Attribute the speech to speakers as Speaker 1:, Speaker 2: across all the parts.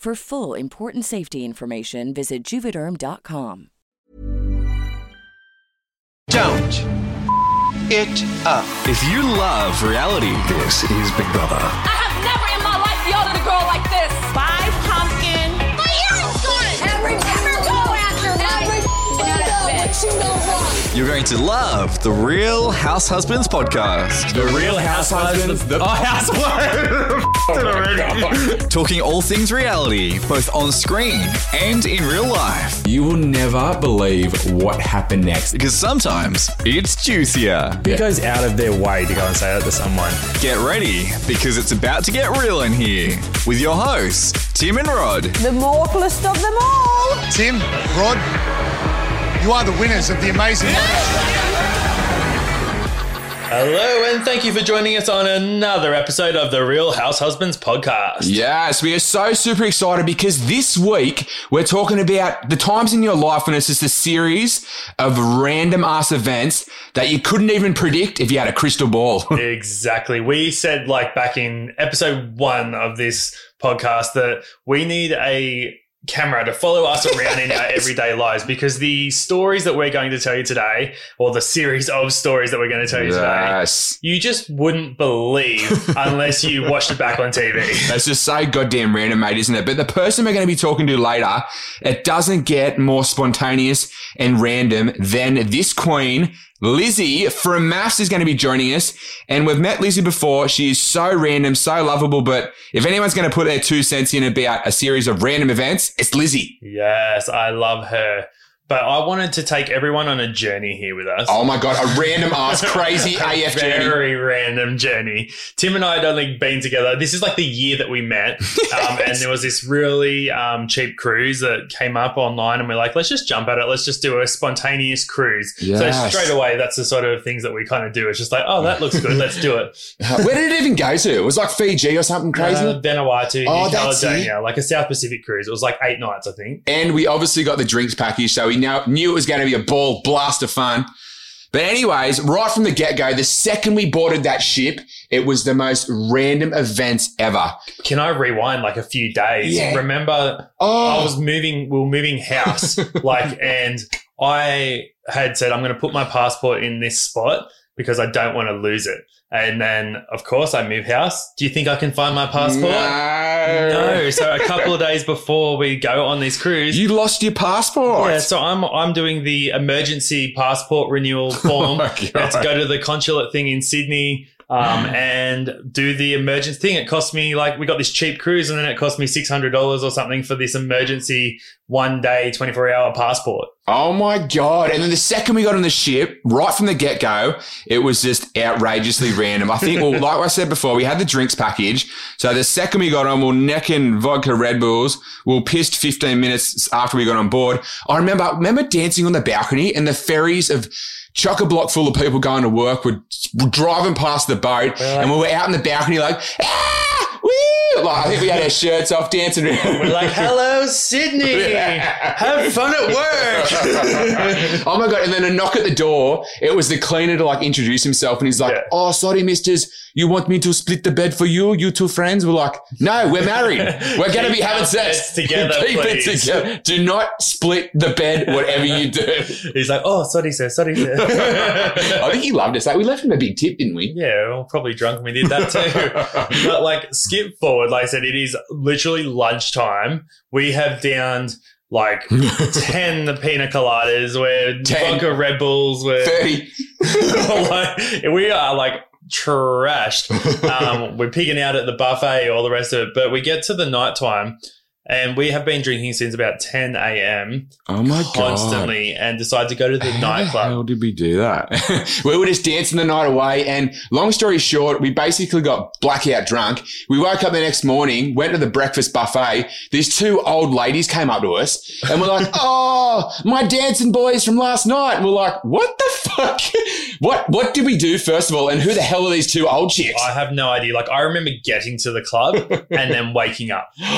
Speaker 1: For full important safety information, visit juvederm.com.
Speaker 2: Don't it up.
Speaker 3: If you love reality,
Speaker 4: This is Big Brother.
Speaker 5: I have never in my life yelled at a girl like this. Five pumpkin. My earring's gone. Every every go after every go. What you know wrong?
Speaker 3: you're going to love the Real House Husbands podcast.
Speaker 6: The Real Housewives. The, oh, Housewives.
Speaker 3: Talking all things reality, both on screen and in real life.
Speaker 6: you will never believe what happened next.
Speaker 3: Because sometimes it's juicier.
Speaker 7: Who goes out of their way to go and say that to someone?
Speaker 3: Get ready, because it's about to get real in here with your hosts, Tim and Rod.
Speaker 5: The mortalist of them all.
Speaker 8: Tim, Rod, you are the winners of the amazing.
Speaker 9: Hello, and thank you for joining us on another episode of the Real House Husbands podcast.
Speaker 6: Yes, we are so super excited because this week we're talking about the times in your life when it's just a series of random ass events that you couldn't even predict if you had a crystal ball.
Speaker 9: Exactly. We said, like, back in episode one of this podcast, that we need a camera to follow us around in our everyday lives because the stories that we're going to tell you today, or the series of stories that we're going to tell you today,
Speaker 6: yes.
Speaker 9: you just wouldn't believe unless you watched it back on TV.
Speaker 6: That's just so goddamn random, mate, isn't it? But the person we're going to be talking to later, it doesn't get more spontaneous and random than this queen, Lizzie from Maths, is going to be joining us. And we've met Lizzie before. She is so random, so lovable. But if anyone's going to put their two cents in about a series of random events, it's Lizzie.
Speaker 9: Yes, I love her. But I wanted to take everyone on a journey here with us.
Speaker 6: Oh my God, a random ass, crazy AF journey.
Speaker 9: Very random journey. Tim and I had only been together. This is like the year that we met. Um, and there was this really um, cheap cruise that came up online, and we're like, let's just jump at it. Let's just do a spontaneous cruise. So
Speaker 6: Yes.
Speaker 9: straight away, that's the sort of things that we kind of do. It's just like, oh, that looks good. let's do it.
Speaker 6: Where did it even go to? It was like Fiji or something crazy.
Speaker 9: Uh, Vanuatu,
Speaker 6: Oh,
Speaker 9: New
Speaker 6: that's it.
Speaker 9: Caledonia, like a South Pacific cruise. It was like eight nights, I think.
Speaker 6: And we obviously got the drinks package, so we now knew it was going to be a ball blast of fun. But anyways, right from the get-go, the second we boarded that ship, it was the most random event ever.
Speaker 9: Can I rewind like a few days?
Speaker 6: Yeah.
Speaker 9: Remember I
Speaker 6: Oh,
Speaker 9: was moving, we were moving house, like, and I had said, I'm going to put my passport in this spot because I don't want to lose it. And then, of course, I move house. Do you think I can find my passport?
Speaker 6: No.
Speaker 9: No. So a couple of days before we go on this cruise.
Speaker 6: You lost your passport.
Speaker 9: yeah, so I'm I'm doing the emergency passport renewal form.
Speaker 6: Oh my
Speaker 9: You
Speaker 6: God.
Speaker 9: have to go to the consulate thing in Sydney um, and do the emergency thing. It cost me like we got this cheap cruise, and then it cost me six hundred dollars or something for this emergency one day twenty four hour passport.
Speaker 6: Oh my god! And then the second we got on the ship, right from the get go, it was just outrageously random. I think, well, like I said before, we had the drinks package. So the second we got on, we we're necking vodka Red Bulls. We were pissed 15 minutes after we got on board. I remember, remember dancing on the balcony and the ferries of chock a block full of people going to work were, were driving past the boat, and we were out on the balcony like, ah, wee, "Woo!" Like, I think we had our shirts off dancing around.
Speaker 9: We're like, hello, Sydney. Have fun at work.
Speaker 6: oh my god! And then a knock at the door. It was the cleaner to like introduce himself, and he's like,
Speaker 9: Yeah.
Speaker 6: "Oh, sorry, misters. You want me to split the bed for you? You two friends?" We're like, "No, we're married. We're gonna be
Speaker 9: Keep
Speaker 6: having
Speaker 9: our
Speaker 6: sex
Speaker 9: beds together,
Speaker 6: Keep it
Speaker 9: please."
Speaker 6: together. Do not split the bed. Whatever you do."
Speaker 9: He's like, oh, sorry, sir. Sorry, sir.
Speaker 6: I think he loved us. Like, we left him a big tip, didn't we?
Speaker 9: Yeah, well, probably drunk when we did that too. but like, skip forward. Like I said, it is literally lunchtime. We have downed like 10 the pina coladas. We're
Speaker 6: 10.
Speaker 9: vodka Red Bulls. We're
Speaker 6: Thirty.
Speaker 9: like, we are like trashed. Um, we're pigging out at the buffet, all the rest of it. But we get to the nighttime and we have been drinking since about 10 a.m.
Speaker 6: Oh my god!
Speaker 9: constantly and decide to go to the
Speaker 6: How the
Speaker 9: nightclub.
Speaker 6: hell did we do that? we were just dancing the night away. And long story short, we basically got blackout drunk. We woke up the next morning, went to the breakfast buffet. These two old ladies came up to us and we're like, Oh, my dancing boys from last night. And we're like, what the fuck? what, what did we do first of all? And who the hell are these two old chicks?
Speaker 9: I have no idea. Like I remember getting to the club and then waking up. Like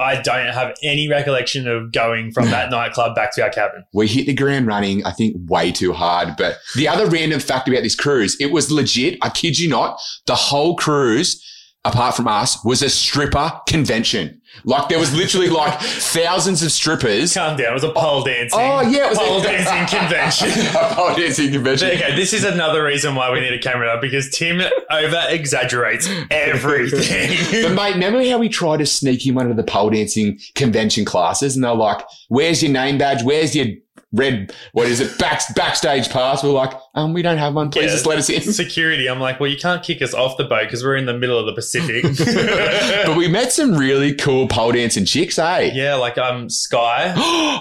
Speaker 6: Oh.
Speaker 9: I don't have any recollection of going from that nightclub back to our cabin.
Speaker 6: we hit the ground running, I think, way too hard. But the other random fact about this cruise, it was legit. I kid you not. The whole cruise, apart from us, was a stripper convention. Like there was literally like thousands of strippers.
Speaker 9: Calm down. It was a pole dancing.
Speaker 6: Oh yeah, it was
Speaker 9: pole dancing convention.
Speaker 6: a pole dancing convention.
Speaker 9: Okay, this is another reason why we need a camera because Tim over exaggerates everything.
Speaker 6: But mate, remember how we tried to sneak him under the pole dancing convention classes, and they're like, "Where's your name badge? Where's your red? What is it? Back, backstage pass?" We're like, "Um, we don't have one. Please
Speaker 9: Yeah.
Speaker 6: just let us in."
Speaker 9: Security, I'm like, well, you can't kick us off the boat because we're in the middle of the Pacific.
Speaker 6: but we met some really cool pole dancing chicks, eh? Oh,
Speaker 9: yeah, like um, Sky. If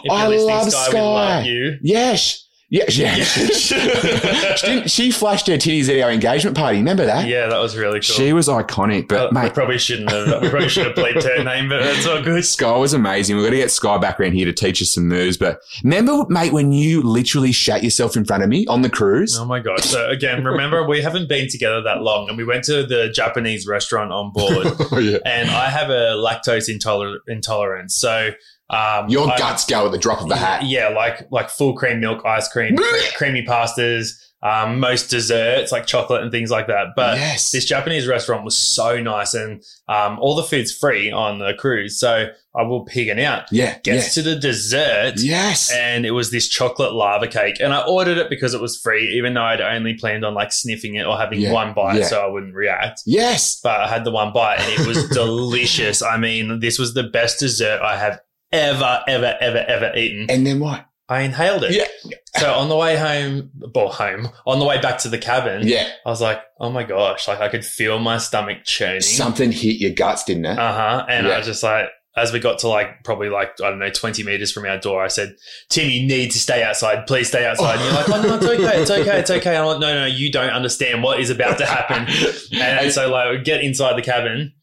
Speaker 9: you're
Speaker 6: I
Speaker 9: listening,
Speaker 6: love
Speaker 9: Sky,
Speaker 6: Sky.
Speaker 9: we love you.
Speaker 6: Yes. Yes, yes. she, didn't- she flashed her titties at our engagement party. Remember that?
Speaker 9: Yeah, that was really cool.
Speaker 6: She was iconic, but
Speaker 9: Uh, we
Speaker 6: mate,
Speaker 9: probably shouldn't have. We probably should have played her name, but that's all good.
Speaker 6: Sky was amazing. We're going to get Sky back around here to teach us some moves. But remember, mate, when you literally shat yourself in front of me on the cruise?
Speaker 9: Oh my god! So again, remember we haven't been together that long, and we went to the Japanese restaurant on board,
Speaker 6: Oh, yeah.
Speaker 9: and I have a lactose intoler- intolerance, so um,
Speaker 6: Your
Speaker 9: I-
Speaker 6: guts go at the drop of a hat.
Speaker 9: Uh, Yeah, like like full cream milk ice cream, cre- creamy pastas, um, most desserts like chocolate and things like that. But
Speaker 6: Yes.
Speaker 9: this Japanese restaurant was so nice, and um, all the food's free on the cruise, so I will pigging out.
Speaker 6: Yeah.
Speaker 9: Gets to the dessert,
Speaker 6: Yes. yes.
Speaker 9: and it was this chocolate lava cake. And I ordered it because it was free, even though I'd only planned on like sniffing it or having
Speaker 6: Yeah,
Speaker 9: one bite
Speaker 6: yeah.
Speaker 9: so I wouldn't react.
Speaker 6: Yes.
Speaker 9: But I had the one bite and it was delicious. I mean, this was the best dessert I have ever, ever, ever, ever eaten.
Speaker 6: And then what?
Speaker 9: I inhaled it.
Speaker 6: Yeah.
Speaker 9: So on the way home, well, home, on the way back to the cabin,
Speaker 6: Yeah.
Speaker 9: I was like, oh my gosh, like I could feel my stomach churning.
Speaker 6: Something hit your guts, didn't it?
Speaker 9: Uh huh. And
Speaker 6: Yeah.
Speaker 9: I was just like, as we got to like probably like I don't know twenty meters from our door, I said, "Tim, you need to stay outside. Please stay outside." And you're like, "Oh no, it's okay, it's okay, it's okay." I'm like, "No, no, you don't understand what is about to happen." And so like, we get inside the cabin.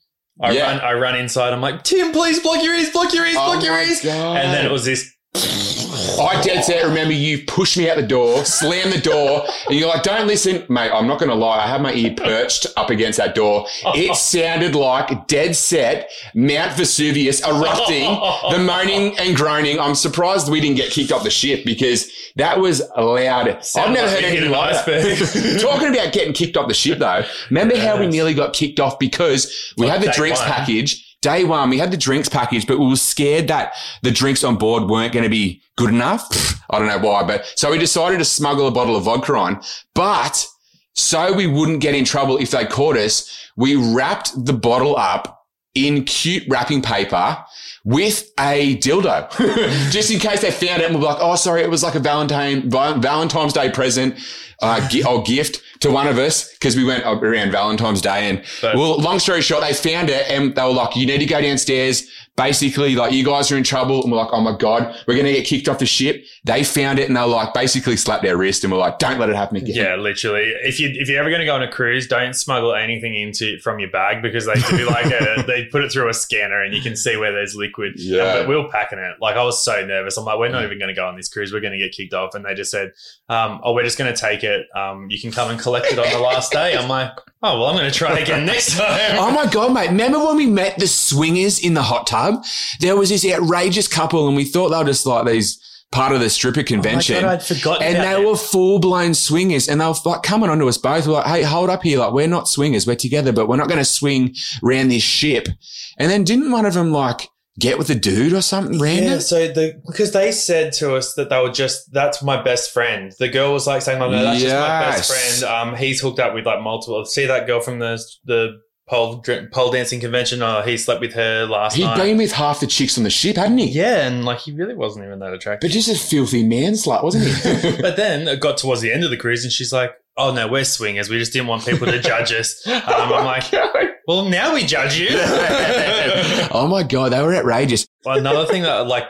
Speaker 9: I
Speaker 6: Yeah.
Speaker 9: run, I run inside. I'm like, "Tim, please block your ears, block your ears,
Speaker 6: Oh
Speaker 9: block your
Speaker 6: my
Speaker 9: ears."
Speaker 6: God.
Speaker 9: And then it was this.
Speaker 6: I dead set remember you pushed me out the door, slammed the door, and you're like, don't listen, mate, I'm not gonna lie, I had my ear perched up against that door. It sounded like dead set Mount Vesuvius erupting, the moaning and groaning. I'm surprised we didn't get kicked off the ship because that was loud. I've never
Speaker 9: like
Speaker 6: heard
Speaker 9: we hit
Speaker 6: anything
Speaker 9: an
Speaker 6: like that.
Speaker 9: iceberg.
Speaker 6: Talking about getting kicked off the ship though, remember how we
Speaker 9: Yes.
Speaker 6: nearly got kicked off because we
Speaker 9: Like
Speaker 6: had the
Speaker 9: day
Speaker 6: drinks
Speaker 9: one.
Speaker 6: package. Day one, we had the drinks package, but we were scared that the drinks on board weren't going to be good enough. Pfft, I don't know why, but so we decided to smuggle a bottle of vodka on. But so we wouldn't get in trouble if they caught us, we wrapped the bottle up in cute wrapping paper with a dildo, just in case they found it and were like, "Oh, sorry, it was like a Valentine Val- Valentine's Day present, uh, gi- or gift to one of us because we went up around Valentine's Day." And
Speaker 9: But-
Speaker 6: well, long story short, they found it and they were like, "You need to go downstairs." Basically, like you guys are in trouble, and we're like, "Oh my god, we're gonna get kicked off the ship." They found it and they're like, basically slapped their wrist and we're like, "Don't let it happen again."
Speaker 9: Yeah, literally. If you if you're ever going to go on a cruise, don't smuggle anything into from your bag because they do like a, they put it through a scanner and you can see where there's liquid.
Speaker 6: Yeah.
Speaker 9: And- but we were packing it. Like I was so nervous. I'm like, we're not even going to go on this cruise. We're going to get kicked off. And they just said, um, oh, we're just going to take it. Um, you can come and collected on the last day. I'm like, oh well, I'm going to try again next time.
Speaker 6: Oh my god, mate! Remember when we met the swingers in the hot tub? There was this outrageous couple, and we thought they were just like these part of the stripper convention.
Speaker 9: Oh God, I'd forgotten
Speaker 6: And
Speaker 9: about
Speaker 6: they
Speaker 9: that.
Speaker 6: were full blown swingers, and they were like coming onto us both. We're like, hey, hold up here, like we're not swingers, we're together, but we're not going to swing round this ship. And then didn't one of them like get with a dude or something random?
Speaker 9: Yeah, so the because they said to us that they were just that's my best friend. The girl was like saying, "Oh no, that's just my
Speaker 6: Yes.
Speaker 9: best friend." Um, he's hooked up with like multiple. See that girl from the the pole dr- pole dancing convention? Oh, he slept with her last
Speaker 6: He'd
Speaker 9: night.
Speaker 6: been with half the chicks on the ship, hadn't he?
Speaker 9: yeah, and like he really wasn't even that attractive.
Speaker 6: But just a filthy man slut, wasn't he?
Speaker 9: But then it got towards the end of the cruise, and she's like, "Oh no, we're swingers. We just didn't want people to judge us." Um, I'm like, "Well, now we judge you."
Speaker 6: oh my god, they were outrageous.
Speaker 9: Well, another thing that like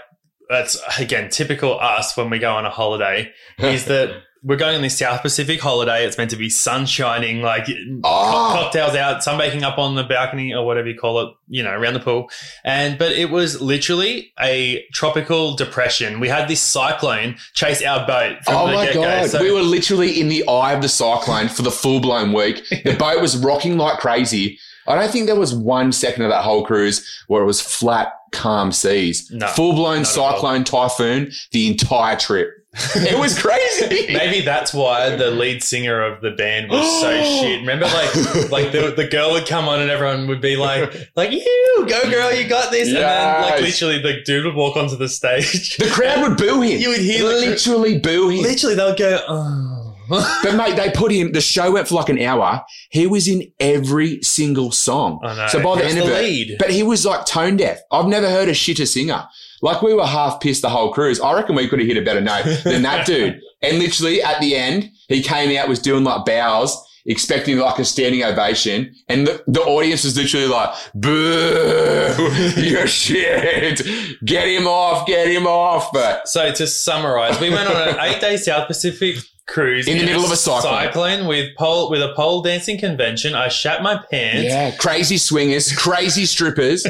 Speaker 9: that's again typical us when we go on a holiday is that we're going on this South Pacific holiday. It's meant to be sun shining, like co-
Speaker 6: Oh,
Speaker 9: cocktails out, sunbaking up on the balcony or whatever you call it, you know, around the pool. And but it was literally a tropical depression. We had this cyclone chase our boat from
Speaker 6: oh
Speaker 9: the
Speaker 6: my
Speaker 9: get-go.
Speaker 6: god,
Speaker 9: So-
Speaker 6: we were literally in the eye of the cyclone for the full blown week. The boat was rocking like crazy. I don't think there was one second of that whole cruise where it was flat, calm seas.
Speaker 9: No,
Speaker 6: full blown
Speaker 9: not at all.
Speaker 6: cyclone, typhoon, the entire trip. It was crazy.
Speaker 9: Maybe that's why the lead singer of the band was so shit. Remember, like, like the, the girl would come on and everyone would be like, like, you go girl, you got this. And then, like,
Speaker 6: Yes.
Speaker 9: literally, the dude would walk onto the stage.
Speaker 6: The crowd would boo him.
Speaker 9: You would hear the cr-
Speaker 6: literally boo him.
Speaker 9: literally, they'll go, oh.
Speaker 6: But mate, they put him. The show went for like an hour. He was in every single song.
Speaker 9: I know.
Speaker 6: So by
Speaker 9: He
Speaker 6: the
Speaker 9: was
Speaker 6: end of
Speaker 9: the
Speaker 6: it,
Speaker 9: lead.
Speaker 6: but he was like tone deaf. I've never heard a shitter singer. Like we were half pissed the whole cruise. I reckon we could have hit a better note than that dude. And literally at the end, he came out was doing like bows, expecting like a standing ovation, and the, the audience was literally like, "Boo! You're shit! Get him off! Get him off!" But
Speaker 9: so to summarize, we went on an eight day South Pacific cruise
Speaker 6: In the middle of a cyclone.
Speaker 9: cyclone with pole with a pole dancing convention. I shat my pants.
Speaker 6: yeah, crazy swingers, crazy strippers.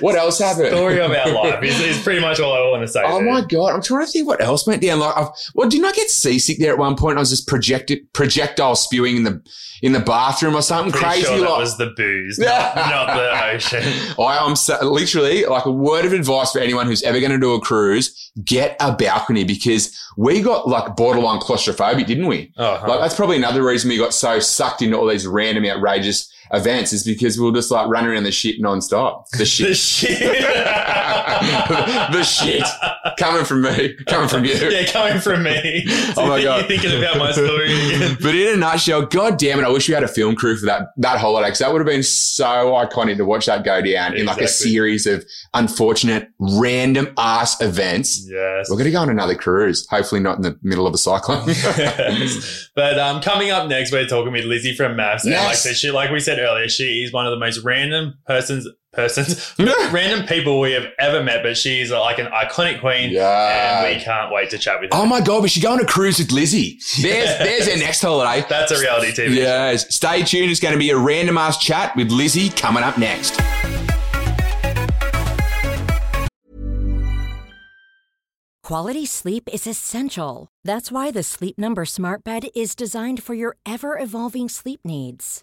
Speaker 6: What else happened?
Speaker 9: Story of our life is, is pretty much all I want to say.
Speaker 6: Oh
Speaker 9: there.
Speaker 6: my god! I'm trying to think what else went down. Like, I've, well, didn't I get seasick there at one point? I was just projected projectile spewing in the in the bathroom or something
Speaker 9: Pretty
Speaker 6: crazy.
Speaker 9: sure that
Speaker 6: like,
Speaker 9: was the booze, not, not the ocean.
Speaker 6: I am so, literally like a word of advice for anyone who's ever going to do a cruise: get a balcony because we got like borderline claustrophobic, didn't we?
Speaker 9: Oh, huh.
Speaker 6: Like that's probably another reason we got so sucked into all these random, outrageous events is because we were just like running around the shit nonstop. The
Speaker 9: the
Speaker 6: shit.
Speaker 9: shit.
Speaker 6: the shit coming from me, coming from you.
Speaker 9: yeah, coming from me.
Speaker 6: Oh my God.
Speaker 9: You're thinking about my story again.
Speaker 6: but in a nutshell, god damn it, I wish we had a film crew for that that holiday because that would have been so iconic to watch that go down in like a
Speaker 9: Exactly.
Speaker 6: series of unfortunate random ass events.
Speaker 9: Yes.
Speaker 6: We're gonna go on another cruise, hopefully not in the middle of a cyclone.
Speaker 9: Yes. But um, coming up next, we're talking with Lizzie from Maps. And like,
Speaker 6: Yes.
Speaker 9: so she, like we said earlier, she is one of the most random persons, persons, random people we have ever met. But she is uh, like an iconic queen,
Speaker 6: Yeah.
Speaker 9: and we can't wait to chat with her.
Speaker 6: oh my god, we should go on a cruise with Lizzie. There's there's our next holiday.
Speaker 9: That's a reality TV.
Speaker 6: Yes. Stay tuned. It's going to be a random ass chat with Lizzie coming up next.
Speaker 10: Quality sleep is essential. That's why the Sleep Number Smart Bed is designed for your ever evolving sleep needs.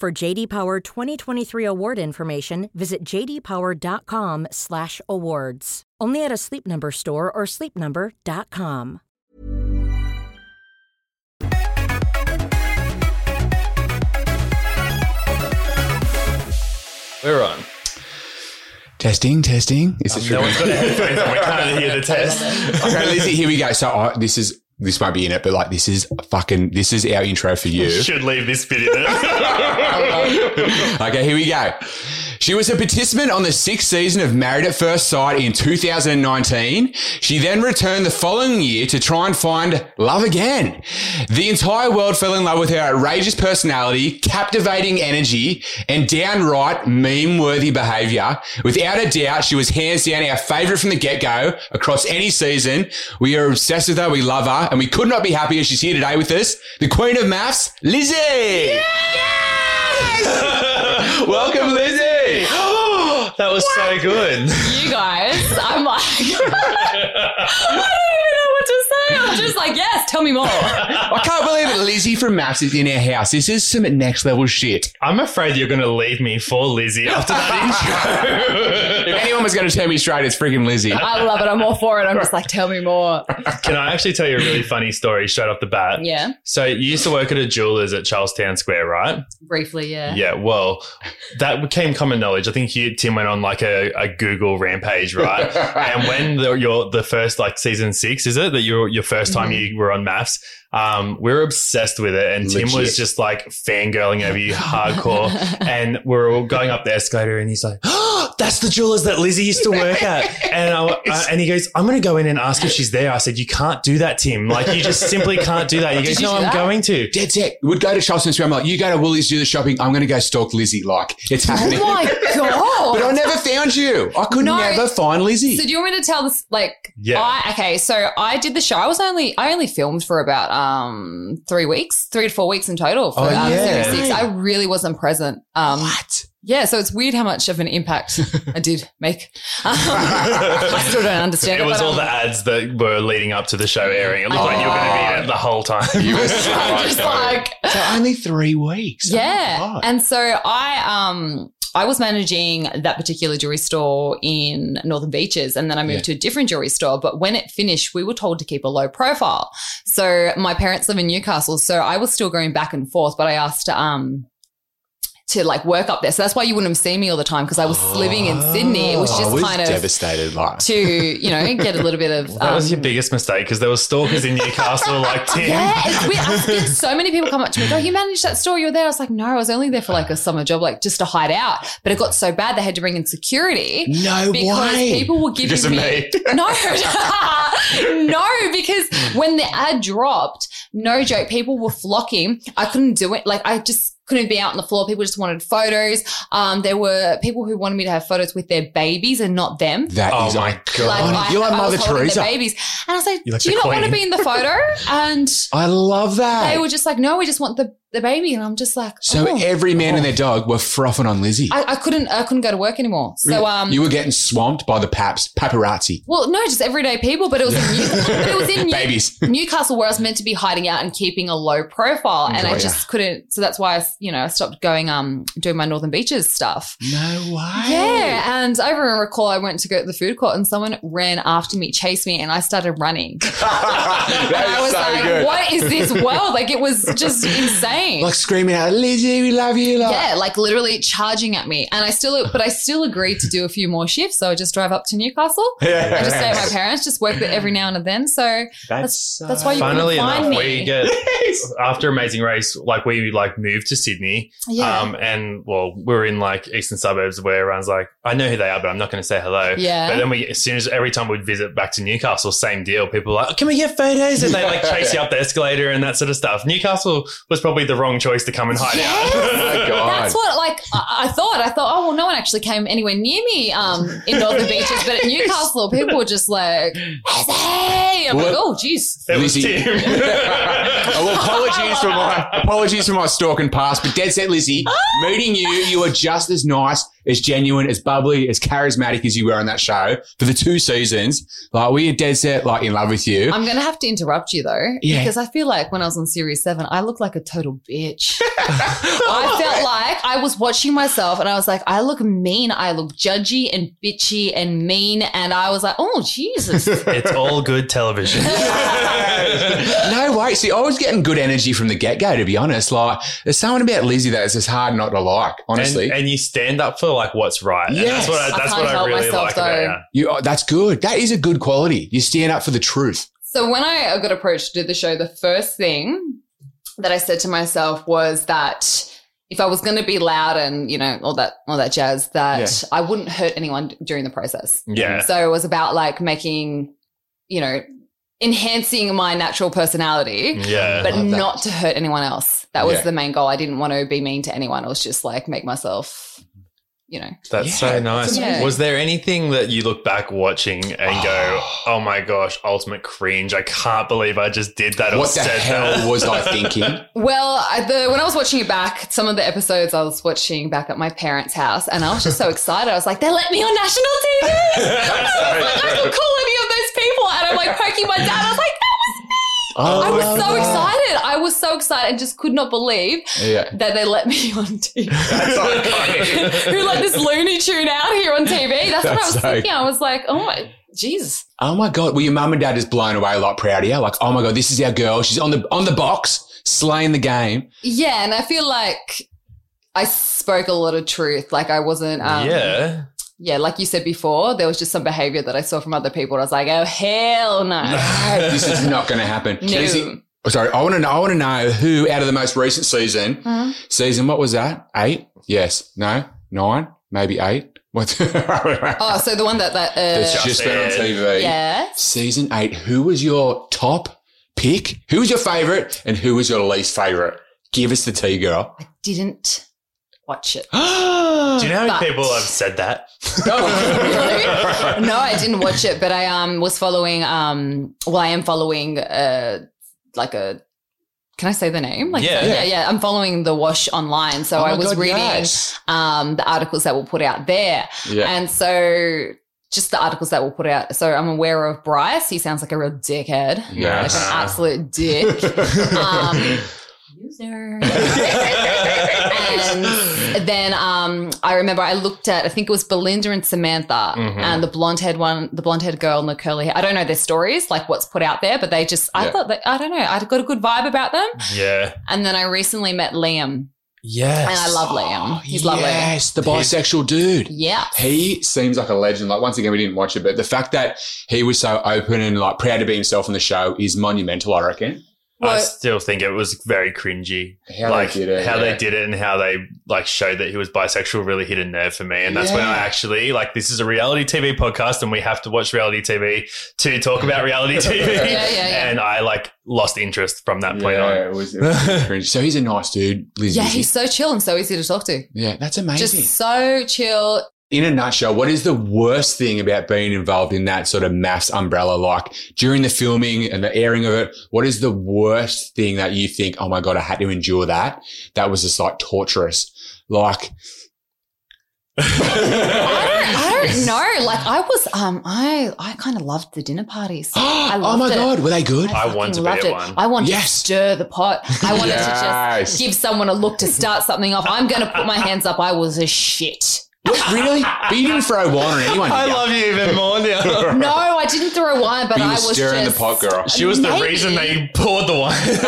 Speaker 10: For JD Power 2023 award information, visit jdpower.com/awards. Only at a Sleep Number store or sleepnumber.com.
Speaker 9: We're on.
Speaker 6: Testing, testing. Is
Speaker 9: No one's got headphones on. We can't hear the test.
Speaker 6: Okay, Lizzie, here we go. So I, this is this won't be in it, but like this is fucking this is our intro for you.
Speaker 9: Should leave this bit in it.
Speaker 6: okay, here we go. She was a participant on the sixth season of Married at First Sight in 2019. She then returned the following year to try and find love again. The entire world fell in love with her outrageous personality, captivating energy, and downright meme worthy behavior. Without a doubt, she was hands down our favorite from the get go across any season. We are obsessed with her. We love her and we could not be happier. She's here today with us. The queen of maths, Lizzie. Welcome, Lizzie.
Speaker 9: That was so good.
Speaker 5: You guys, I'm like, I don't even know what to say. I'm just like, yes, tell me more.
Speaker 6: I can't believe it. Lizzie from Maths is in our house. This is some next level shit.
Speaker 9: I'm afraid you're going to leave me for Lizzie after that
Speaker 6: If
Speaker 9: intro.
Speaker 6: anyone was going to turn me straight, it's freaking Lizzie.
Speaker 5: I love it. I'm all for it. I'm just like, tell me more.
Speaker 9: Can I actually tell you a really funny story straight off the bat?
Speaker 5: Yeah,
Speaker 9: So you used to work at a jeweler's at Charlestown Square, right?
Speaker 5: briefly. Yeah.
Speaker 9: Yeah, well, that became common knowledge. I think you, Tim went on like a, a Google rampage, right? and when the, your the first like season six is it that your your first time
Speaker 5: Mm-hmm.
Speaker 9: you were on maths, um, we were obsessed with it, and Tim
Speaker 6: Legit.
Speaker 9: was just like fangirling over you hardcore, and we we're all going up the escalator, and he's like. "Ah, That's the jewelers that Lizzie used to work at, and I, I- and he goes, "I'm going to go in and ask if she's there." I said, "You can't do that, Tim. Like you just simply can't do that." He goes,
Speaker 5: you
Speaker 9: "No,
Speaker 5: do
Speaker 9: I'm
Speaker 5: that?
Speaker 9: going to."
Speaker 6: Dead set. Would go to Charleston Square. I'm like, you go to Woolies, do the shopping. I'm going to go stalk Lizzie. Like, it's happening.
Speaker 5: Oh my
Speaker 6: but I
Speaker 5: god.
Speaker 6: never found you. I could
Speaker 5: No.
Speaker 6: never find Lizzie.
Speaker 5: So do you want me to tell this? Like,
Speaker 9: Yeah.
Speaker 5: I, okay. So I did the show. I was only I only filmed for about um three weeks, three to four weeks in total for
Speaker 6: Oh,
Speaker 5: um,
Speaker 6: yeah.
Speaker 5: series six. I really wasn't present. Um,
Speaker 6: what?
Speaker 5: Yeah, so it's weird how much of an impact I did make. Um, I still don't understand.
Speaker 9: It was
Speaker 5: but,
Speaker 9: all
Speaker 5: um,
Speaker 9: the ads that were leading up to the show airing. It looked like you were going to be in it the whole time.
Speaker 5: I'm just like,
Speaker 6: So only three weeks. Oh
Speaker 5: yeah.
Speaker 6: God.
Speaker 5: And so I um I was managing that particular jewelry store in Northern Beaches and then I moved to a different jewelry store. But when it finished, we were told to keep a low profile. So my parents live in Newcastle. So I was still going back and forth, but I asked um to like work up there. So that's why you wouldn't have seen me all the time because I was living in Sydney. It was
Speaker 6: Oh, I
Speaker 9: Oh,
Speaker 5: just
Speaker 6: was
Speaker 5: kind of
Speaker 6: devastated. Like,
Speaker 5: to, you know, get a little bit of
Speaker 9: that was
Speaker 5: um,
Speaker 9: your biggest mistake because there were stalkers in Newcastle like Tim.
Speaker 5: Yeah, it's weird. I get so many people come up to me, go, you managed that store, you were there. I was like, no, I was only there for like a summer job, like just to hide out. But it got so bad they had to bring in security.
Speaker 6: no
Speaker 5: Because
Speaker 6: way.
Speaker 5: people were giving
Speaker 9: Because of
Speaker 5: me
Speaker 9: me.
Speaker 5: no, no, because when the ad dropped, no joke, people were flocking. I couldn't do it. Like I just couldn't be out on the floor. People just wanted photos. Um, there were people who wanted me to have photos with their babies and not them.
Speaker 6: That
Speaker 9: Oh
Speaker 6: is
Speaker 9: my
Speaker 6: iconic.
Speaker 5: Like, I-
Speaker 6: You're like
Speaker 5: I was
Speaker 6: Mother
Speaker 5: holding
Speaker 6: Teresa.
Speaker 5: their babies, and I was like,
Speaker 9: You're like
Speaker 5: "Do
Speaker 9: the
Speaker 5: you not want to
Speaker 9: queen.
Speaker 5: be in the photo?" And
Speaker 6: I love that.
Speaker 5: they were just like, no, we just want the, the baby. And I'm just like,
Speaker 6: so
Speaker 5: oh.
Speaker 6: every man and their dog were frothing on Lizzie.
Speaker 5: I, I couldn't, I couldn't go to work anymore. So,
Speaker 6: Really?
Speaker 5: um,
Speaker 6: you were getting swamped by the paps, paparazzi,
Speaker 5: well, no, just everyday people, but it was in, New- but it was in New-
Speaker 6: babies.
Speaker 5: Newcastle where I was meant to be hiding out and keeping a low profile. And
Speaker 6: Got
Speaker 5: I
Speaker 6: ya.
Speaker 5: just couldn't. So that's why I, s- you know, I stopped going, um, doing my Northern Beaches stuff.
Speaker 6: No way.
Speaker 5: Yeah, and I remember recall I went to go to the food court and someone ran after me, chased me, and I started running. and
Speaker 6: that
Speaker 5: I was like, "What is this world?" Like it was just insane.
Speaker 6: Like screaming out, Lizzie, we love you. Like,
Speaker 5: Yeah, like literally charging at me. And I still, but I still agreed to do a few more shifts. So I just drive up to Newcastle. I just stay at my parents, just work there every now and then. So that's that's why you couldn't
Speaker 9: Funnily
Speaker 5: find
Speaker 9: enough,
Speaker 5: me.
Speaker 9: we get after Amazing Race, like we like moved to Sydney,
Speaker 5: yeah,
Speaker 9: um, and well, we were in like eastern suburbs where everyone's like, I know who they are, but I'm not going to say hello.
Speaker 5: Yeah.
Speaker 9: But then we, as soon as every time we'd visit back to Newcastle, same deal. People were like, "Oh, can we get photos? And they like chase you up the escalator and that sort of stuff. Newcastle was probably the wrong choice to come and hide out.
Speaker 6: Oh my God.
Speaker 5: that's what like I, I thought. I thought, oh well, no one actually came anywhere near me um, in Northern Beaches, but at Newcastle, people were just like, "Hey!" I'm like,
Speaker 6: What?
Speaker 5: "Oh, jeez."
Speaker 9: It was
Speaker 6: Lizzie.
Speaker 9: Tim.
Speaker 6: Oh, well, apologies for my apologies for my stalking past, but dead set Lizzie,
Speaker 5: Ah!
Speaker 6: meeting you, you are just as nice, as genuine, as bubbly, as charismatic as you were on that show for the two seasons. Like we are dead set, like in love with you.
Speaker 5: I'm going to have to interrupt you though,
Speaker 6: Yeah.
Speaker 5: because I feel like when I was on Series 7, I looked like a total bitch. I felt like I was watching myself and I was like, I look mean. I look judgy and bitchy and mean. And I was like, oh, Jesus.
Speaker 9: it's all good television.
Speaker 6: no way. See, I was getting good energy from the get go. To be honest, like there's something about Lizzie that is just hard not to like. Honestly,
Speaker 9: And, and you stand up for like what's right. And
Speaker 6: Yes.
Speaker 9: that's what
Speaker 5: I
Speaker 9: I, that's
Speaker 5: can't
Speaker 9: what I
Speaker 5: help
Speaker 9: really
Speaker 5: myself,
Speaker 9: like about
Speaker 5: though.
Speaker 9: you.
Speaker 6: you oh, that's good. That is a good quality. You stand up for the truth.
Speaker 5: so when I got approached to do the show, the first thing that I said to myself was that. if I was going to be loud and you know all that all that jazz, that I wouldn't hurt anyone d- during the process.
Speaker 9: Yeah.
Speaker 5: So it was about like making, you know, enhancing my natural personality,
Speaker 9: Yeah.
Speaker 5: but
Speaker 6: love that.
Speaker 5: not to hurt anyone else. That was
Speaker 6: Yeah.
Speaker 5: the main goal. I didn't want to be mean to anyone. I was just like make myself, you know,
Speaker 9: That's so nice.
Speaker 5: amazing.
Speaker 9: Was there anything that you look back watching and go, "Oh my gosh, ultimate cringe! I can't believe I just did that." or
Speaker 6: What the
Speaker 9: said
Speaker 6: hell
Speaker 9: that.
Speaker 6: was I thinking?
Speaker 5: Well, I, the, when I was watching it back, some of the episodes I was watching back at my parents' house, and I was just so excited. I was like, "They let me on national TV!" I was like, "I don't call any of those people," and I'm like poking my dad. I was like, "That was me!" I was
Speaker 6: Oh,
Speaker 5: so excited. I was so excited and just could not believe
Speaker 6: Yeah.
Speaker 5: that they let me on TV. Who let this Looney Tune out here on TV? That's, what I
Speaker 6: That's
Speaker 5: was
Speaker 6: so-
Speaker 5: thinking. I was like, "Oh my, Jesus!"
Speaker 6: Oh my god. Well, your mum and dad is blown away, like proud of you. Like, oh my god, this is our girl. She's on the on the box, slaying the game.
Speaker 5: Yeah, and I feel like I spoke a lot of truth. Like I wasn't. Um,
Speaker 9: yeah.
Speaker 5: yeah, like you said before, there was just some behavior that I saw from other people. And I was like, oh hell no,
Speaker 6: this is not going to happen.
Speaker 5: no.
Speaker 6: Is it- oh, sorry, I want to know. I want to know who out of the most recent season, season what was that? Eight? Yes. No. Nine? Maybe eight. What?
Speaker 5: Oh, so the one that that
Speaker 6: it's
Speaker 5: uh,
Speaker 6: just been on
Speaker 9: Just
Speaker 6: TV.
Speaker 5: yeah,
Speaker 6: Season eight. Who was your top pick? Who was your favorite, and who was your least favorite? Give us the tea, girl.
Speaker 5: didn't watch it.
Speaker 9: Do you know how many
Speaker 5: But-
Speaker 9: people have said that?
Speaker 5: no, I didn't watch it, but I um was following um well, I am following uh like a can I say the name? Like
Speaker 9: Yeah.
Speaker 5: yeah, yeah. I'm following the Wash online, so
Speaker 6: Oh my
Speaker 5: I was
Speaker 6: God,
Speaker 5: reading
Speaker 6: yes.
Speaker 5: um the articles that were put out there.
Speaker 6: Yeah.
Speaker 5: And so just the articles that were put out. So I'm aware of Bryce. He sounds like a real dickhead.
Speaker 6: Yeah.
Speaker 5: Like an absolute dick. um, user. and then um, I remember I looked at, I think it was Belinda and Samantha
Speaker 6: Mm-hmm.
Speaker 5: and the blonde haired one, the blonde haired girl and the curly hair. I don't know their stories, like what's put out there, but they just, I
Speaker 6: Yeah.
Speaker 5: thought that, I don't know, I got a good vibe about them.
Speaker 9: Yeah.
Speaker 5: And then I recently met Liam
Speaker 9: Yes.
Speaker 5: and I love Liam. He's lovely.
Speaker 6: Oh, Yes, the bisexual dude.
Speaker 5: Yeah.
Speaker 6: He seems like a legend. Like once again, we didn't watch it, but the fact that he was so open and like proud to be himself on the show is monumental. I reckon.
Speaker 9: I
Speaker 5: Well-
Speaker 9: still think it was very cringy.
Speaker 6: How they
Speaker 9: like
Speaker 6: did it,
Speaker 9: how
Speaker 6: yeah.
Speaker 9: they did it and how they like showed that he was bisexual really hit a nerve for me. And that's when
Speaker 6: Yeah.
Speaker 9: I actually like this is a reality TV podcast and we have to watch reality TV to talk about reality TV.
Speaker 5: yeah, yeah.
Speaker 9: And I like lost interest from that point on.
Speaker 6: it was, it was really cringe. So he's a nice dude, Liz.
Speaker 5: Yeah,
Speaker 6: is he?
Speaker 5: he's so chill and so easy to talk to.
Speaker 6: yeah, that's amazing.
Speaker 5: Just so chill.
Speaker 6: in a nutshell, what is the worst thing about being involved in that sort of mass umbrella? Like during the filming and the airing of it, what is the worst thing that you think? Oh my god, I had to endure that. That was just like torturous. Like
Speaker 5: I don't know. Like I was, um, I I kind of loved the dinner parties. I
Speaker 6: oh
Speaker 5: loved
Speaker 6: my
Speaker 5: it.
Speaker 6: god, were they good?
Speaker 9: I
Speaker 5: fucking
Speaker 9: want to be
Speaker 5: loved
Speaker 9: at
Speaker 5: it.
Speaker 9: one.
Speaker 5: I wanted
Speaker 6: Yes.
Speaker 5: to stir the pot. I wanted to
Speaker 6: Yes.
Speaker 5: just give someone a look to start something off. I'm going to put my hands up. I was a shit.
Speaker 6: What, really? But you didn't throw wine on anyone. did you?
Speaker 9: you even more now.
Speaker 5: No, I didn't throw wine, but
Speaker 6: But you
Speaker 5: I
Speaker 6: were
Speaker 5: was
Speaker 6: stirring
Speaker 5: just,
Speaker 6: the pot, girl.
Speaker 9: She was the
Speaker 5: Maybe.
Speaker 9: reason they poured the wine.
Speaker 5: maybe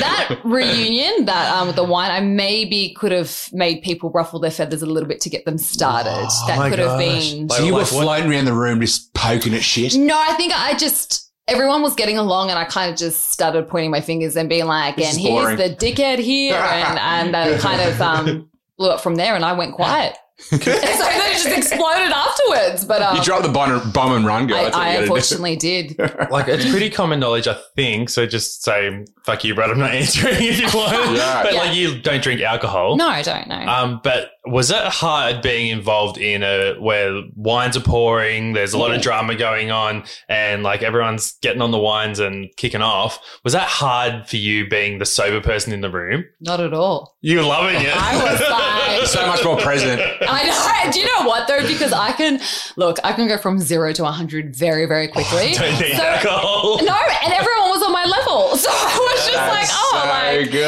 Speaker 5: that reunion, that um, with the wine, I maybe could have made people ruffle their feathers a little bit to get them started.
Speaker 6: Oh
Speaker 5: that could have been.
Speaker 6: So you were
Speaker 9: Like, what-
Speaker 6: floating around the room just poking at shit.
Speaker 5: No, I think I just everyone was getting along, and I kind of just started pointing my fingers and being like,
Speaker 6: This
Speaker 5: "And
Speaker 6: is
Speaker 5: here's
Speaker 6: boring.
Speaker 5: the dickhead here," and and that kind of um, blew up from there, and I went quiet. so then it just exploded afterwards. But um,
Speaker 6: You dropped the bomb, bomb and run, girl.
Speaker 5: I,
Speaker 6: That's what
Speaker 5: I
Speaker 6: you gotta do.
Speaker 5: unfortunately did.
Speaker 9: like it's pretty common knowledge, I think. So just say fuck you, but I'm not answering if you want.
Speaker 6: Yeah.
Speaker 9: But
Speaker 5: Yeah.
Speaker 9: like you don't drink alcohol.
Speaker 5: No, I don't know.
Speaker 6: Uh,
Speaker 9: Um, but was it hard being involved in a where wines are pouring? There's a lot of drama going on, and like everyone's getting on the wines and kicking off. Was that hard for you being the sober person in the room?
Speaker 5: Not at all.
Speaker 9: You were loving it.
Speaker 5: I was like.
Speaker 6: So much more present.
Speaker 5: I know. Do you know what though? Because I can look, I can go from zero to 100 very, very
Speaker 6: Oh,
Speaker 5: quickly.
Speaker 9: don't need
Speaker 5: So-
Speaker 9: alcohol.
Speaker 5: no, and everyone was on my level, so I was just like,
Speaker 6: That's
Speaker 5: oh,
Speaker 6: so
Speaker 5: like,
Speaker 6: good.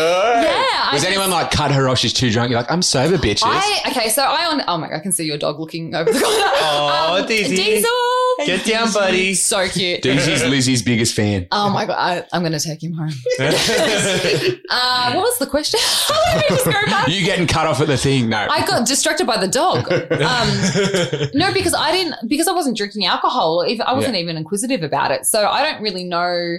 Speaker 6: Yeah.
Speaker 5: I
Speaker 6: Was
Speaker 5: just-
Speaker 6: anyone like cut her off? She's too drunk. You're like, I'm sober, bitches.
Speaker 5: I okay, so I on. Oh my god, I can see your dog looking over the corner.
Speaker 9: Aw,
Speaker 5: Um,
Speaker 9: Daisy.
Speaker 5: Diesel,
Speaker 9: Get down, buddy.
Speaker 5: so cute.
Speaker 6: Daisy's Lizzie's biggest fan.
Speaker 5: Oh my god, I, I'm gonna take him home. uh, what was the question? Let me just go back.
Speaker 6: You getting cut off at the thing? No.
Speaker 5: I got distracted by the dog. Um, no, because I didn't because I wasn't drinking alcohol. If I wasn't even inquisitive about it, so I don't really know.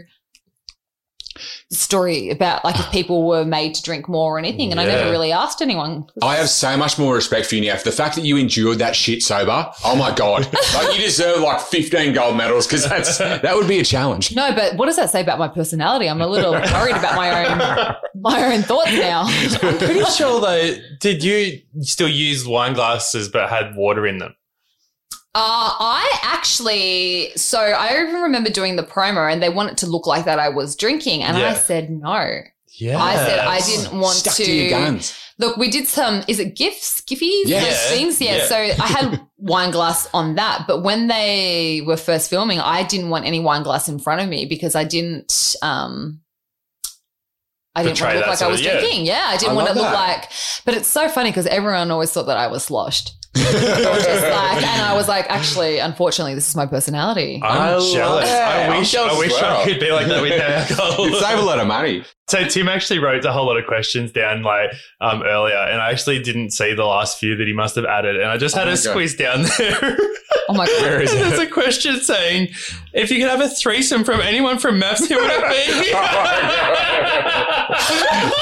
Speaker 5: story about like if people were made to drink more or anything, and I never
Speaker 9: Yeah.
Speaker 5: really asked anyone.
Speaker 6: I have so much more respect for you now. For the fact that you endured that shit sober, oh my god, like you deserve like fifteen gold medals because that's that would be a challenge.
Speaker 5: No, but what does that say about my personality? I'm a little worried about my own my own thoughts now.
Speaker 9: Pretty sure though, did you still use wine glasses but had water in them?
Speaker 5: Uh, I actually, so I even remember doing the promo and they want it to look like that I was drinking. And I
Speaker 9: Yeah.
Speaker 5: said no.
Speaker 9: Yeah.
Speaker 5: I said I didn't want
Speaker 6: Stuck
Speaker 5: to.
Speaker 6: to your guns.
Speaker 5: Look, we did some, is it GIFs, Skiffies?
Speaker 6: Yeah.
Speaker 5: Those things? Yeah.
Speaker 9: Yeah.
Speaker 5: So I had wine glass on that. But when they were first filming, I didn't want any wine glass in front of me because I didn't, um, I didn't want
Speaker 9: Portray
Speaker 5: to look like
Speaker 9: that
Speaker 5: I
Speaker 9: sort
Speaker 5: was
Speaker 9: of- yeah.
Speaker 5: drinking. Yeah. I didn't
Speaker 6: I
Speaker 5: want to
Speaker 6: love
Speaker 5: look
Speaker 6: that.
Speaker 5: like, but it's so funny because everyone always thought that I was sloshed. Which is like, and I was like, actually, unfortunately, this is my personality.
Speaker 9: I'm jealous.
Speaker 6: Yeah,
Speaker 9: I
Speaker 6: I'm
Speaker 9: wish,
Speaker 6: jealous
Speaker 9: I,
Speaker 6: as
Speaker 9: wish
Speaker 6: well.
Speaker 9: I could be like that with no alcohol.
Speaker 6: You'd save a lot of money.
Speaker 9: So Tim actually wrote a whole lot of questions down like um, earlier, and I actually didn't see the last few that he must have added, and I just had
Speaker 6: Oh
Speaker 9: a
Speaker 6: my God.
Speaker 9: squeeze down there.
Speaker 5: Oh my
Speaker 9: and
Speaker 5: god!
Speaker 9: there's a question saying, "If you could have a threesome from anyone from Maps, who would it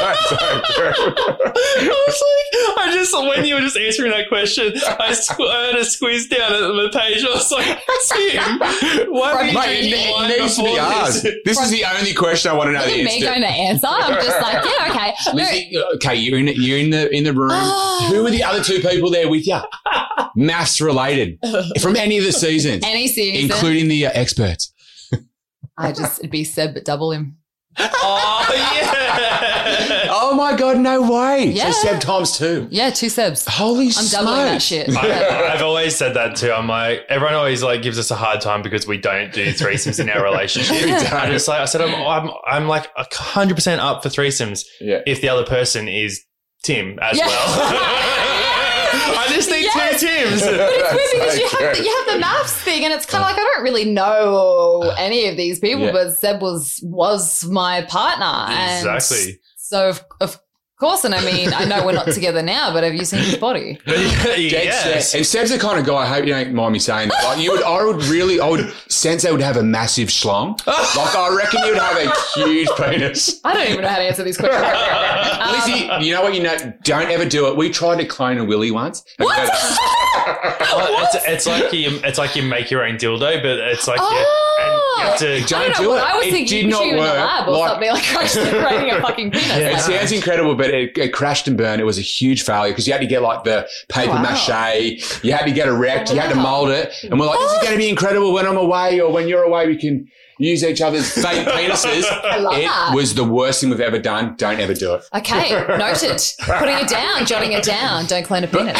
Speaker 9: be?" I was like, I just when you were just answering that question, I, squ- I had a squeeze down at the page. I was like, "Tim, why
Speaker 5: From
Speaker 9: did
Speaker 6: Mate,
Speaker 9: you
Speaker 5: Mate,
Speaker 9: wine
Speaker 6: it, it needs to be
Speaker 9: before
Speaker 6: asked.
Speaker 9: this?
Speaker 6: This is the only question I want to know.
Speaker 5: Look
Speaker 6: the
Speaker 5: at me
Speaker 6: answer.
Speaker 5: going to answer. I'm just like, yeah, okay. No,
Speaker 6: Lizzie, uh, okay, you're in you're in the in the room.
Speaker 5: Oh.
Speaker 6: Who were the other two people there with you? Maths related from any of the seasons,
Speaker 5: any season,
Speaker 6: including the uh, experts.
Speaker 5: I just it'd be Seb, but double him.
Speaker 9: Oh yeah.
Speaker 6: Oh my god, no way!
Speaker 5: Yeah.
Speaker 6: So Seb times two.
Speaker 5: Yeah, two Sebs.
Speaker 6: Holy
Speaker 5: I'm doubling that
Speaker 6: smoke.
Speaker 5: shit.
Speaker 9: I, I've always said that too. I'm like, everyone always like gives us a hard time because we don't do threesomes in our relationship.
Speaker 6: We don't.
Speaker 9: And it's like I said, I'm I'm, I'm like hundred percent up for threesomes
Speaker 6: Yeah.
Speaker 9: if the other person is Tim as
Speaker 5: Yeah.
Speaker 9: well. I just need
Speaker 5: Yes.
Speaker 9: two
Speaker 5: But
Speaker 9: Tims.
Speaker 5: it's weird because you have, the, you have the maths thing, and it's kind of like I don't really know any of these people,
Speaker 6: Yeah.
Speaker 5: but Seb was was my partner, and
Speaker 9: Exactly.
Speaker 5: So of, of course, and I mean, I know we're not together now, but have you seen his body?
Speaker 6: Dead
Speaker 9: yes.
Speaker 6: set. And Seb's the kind of guy. I hope you don't mind me saying that. Like you would, I would really, I would sense they would have a massive schlong. Like I reckon you'd have a huge penis.
Speaker 5: I don't even know how to answer these questions. Um,
Speaker 6: Lizzie, you know what? You know, don't ever do it. We tried to clone a willy once. Have you heard of-
Speaker 9: Oh, it's, it's like you, it's like you make your own dildo, but it's like
Speaker 5: Oh.
Speaker 9: you, and you have to.
Speaker 5: I
Speaker 6: Don't
Speaker 5: don't know
Speaker 6: do
Speaker 5: what
Speaker 6: it.
Speaker 5: I was
Speaker 6: It
Speaker 5: thinking.
Speaker 6: did
Speaker 5: you
Speaker 6: not
Speaker 5: picture you in the
Speaker 6: work.
Speaker 5: lab or
Speaker 6: Like-
Speaker 5: something like actually creating a fucking penis.
Speaker 9: Yeah.
Speaker 6: It
Speaker 5: Like,
Speaker 6: sounds incredible, but it, it crashed and burned. It was a huge failure because you had to get like the paper
Speaker 5: Wow.
Speaker 6: mache, you had to get erect, you had to
Speaker 5: Wow.
Speaker 6: mold it, and we're like, this is going to be incredible when I'm away or when you're away, we can use each other's fake penises.
Speaker 5: I love
Speaker 6: It
Speaker 5: that.
Speaker 6: was the worst thing we've ever done. Don't ever do it.
Speaker 5: Okay, noted. Putting it down, jotting it down. Don't clone a penis.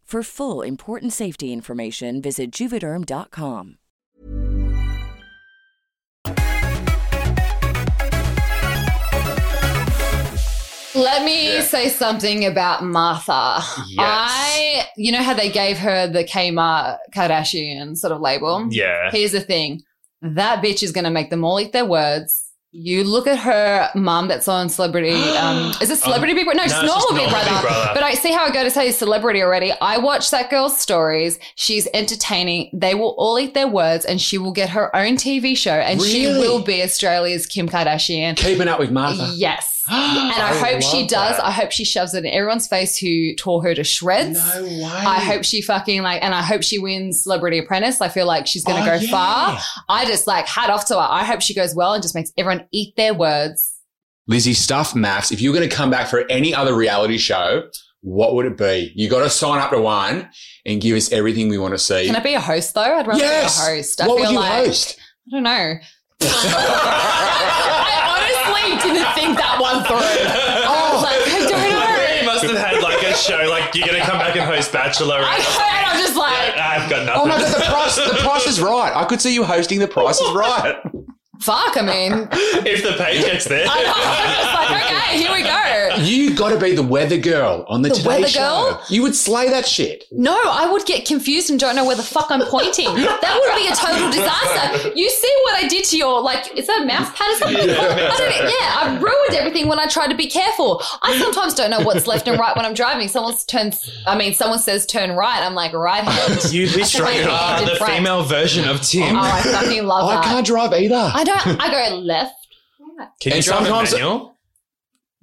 Speaker 1: For full important safety information, visit juvederm.com.
Speaker 5: Let me say something about Martha. I, you know how they gave her the Kmart Kardashian sort of label?
Speaker 9: Yeah.
Speaker 5: Here's the thing that bitch is going to make them all eat their words. You look at her mum that's on Celebrity. Um, is it Celebrity Big Brother? No,
Speaker 9: no,
Speaker 5: just
Speaker 9: it's
Speaker 5: normal
Speaker 9: just
Speaker 5: Big
Speaker 9: normal
Speaker 5: Brother.
Speaker 9: Big Brother.
Speaker 5: But I see how I go to say celebrity already. I watch that girl's stories. She's entertaining. They will all eat their words and she will get her own TV show and she
Speaker 6: Really?
Speaker 5: will be Australia's Kim Kardashian.
Speaker 6: Keeping up with Martha.
Speaker 5: Yes. Yes. And I, hope she does. I hope she shoves it in everyone's face who tore her to shreds.
Speaker 6: No way.
Speaker 5: I hope she fucking like, and I hope she wins Celebrity Apprentice. I feel like she's going to
Speaker 6: Oh,
Speaker 5: go
Speaker 6: yeah.
Speaker 5: far. I just like hat off to her. I hope she goes well and just makes everyone eat their words.
Speaker 6: Lizzie, stuff Max. If you were going to come back for any other reality show, what would it be? You got to sign up to one and give us everything we want to see.
Speaker 5: Can I be a host though? I'd rather
Speaker 6: yes.
Speaker 5: be a host. I
Speaker 6: what
Speaker 5: feel
Speaker 6: would you
Speaker 5: like
Speaker 6: host?
Speaker 5: I don't know. I honestly didn't think that one through. I was like, I
Speaker 6: Oh.
Speaker 9: You
Speaker 5: don't know.
Speaker 9: must have had like a show like you're gonna come back and host Bachelor.
Speaker 5: I
Speaker 9: and-
Speaker 5: heard. I'm just like,
Speaker 9: I've got nothing.
Speaker 6: Oh my god, the price, the price is right. I could see you hosting the price is right.
Speaker 5: fuck. I mean,
Speaker 9: if the paycheck's there.
Speaker 5: I know. I'm just like, okay, here we go.
Speaker 6: You got to be the weather girl on the,
Speaker 5: The
Speaker 6: Today
Speaker 5: weather
Speaker 6: Show.
Speaker 5: girl?
Speaker 6: You would slay that shit.
Speaker 5: No, I would get confused and don't know where the fuck I'm pointing. That would be a total disaster. You see what I did to your like? Is that a mouth pad or something? I don't, yeah, I ruined everything when I tried to be careful. I sometimes don't know what's left and right when I'm driving. Someone turns. I mean, someone says turn right. I'm like right hand.
Speaker 9: You literally
Speaker 5: Straight up.
Speaker 9: are the
Speaker 5: Right.
Speaker 9: female version of Tim.
Speaker 5: Oh, I fucking love
Speaker 6: I
Speaker 5: that.
Speaker 6: can't drive either.
Speaker 5: I don't. I go left.
Speaker 9: Can you
Speaker 6: And
Speaker 9: drive
Speaker 6: sometimes-
Speaker 9: a manual?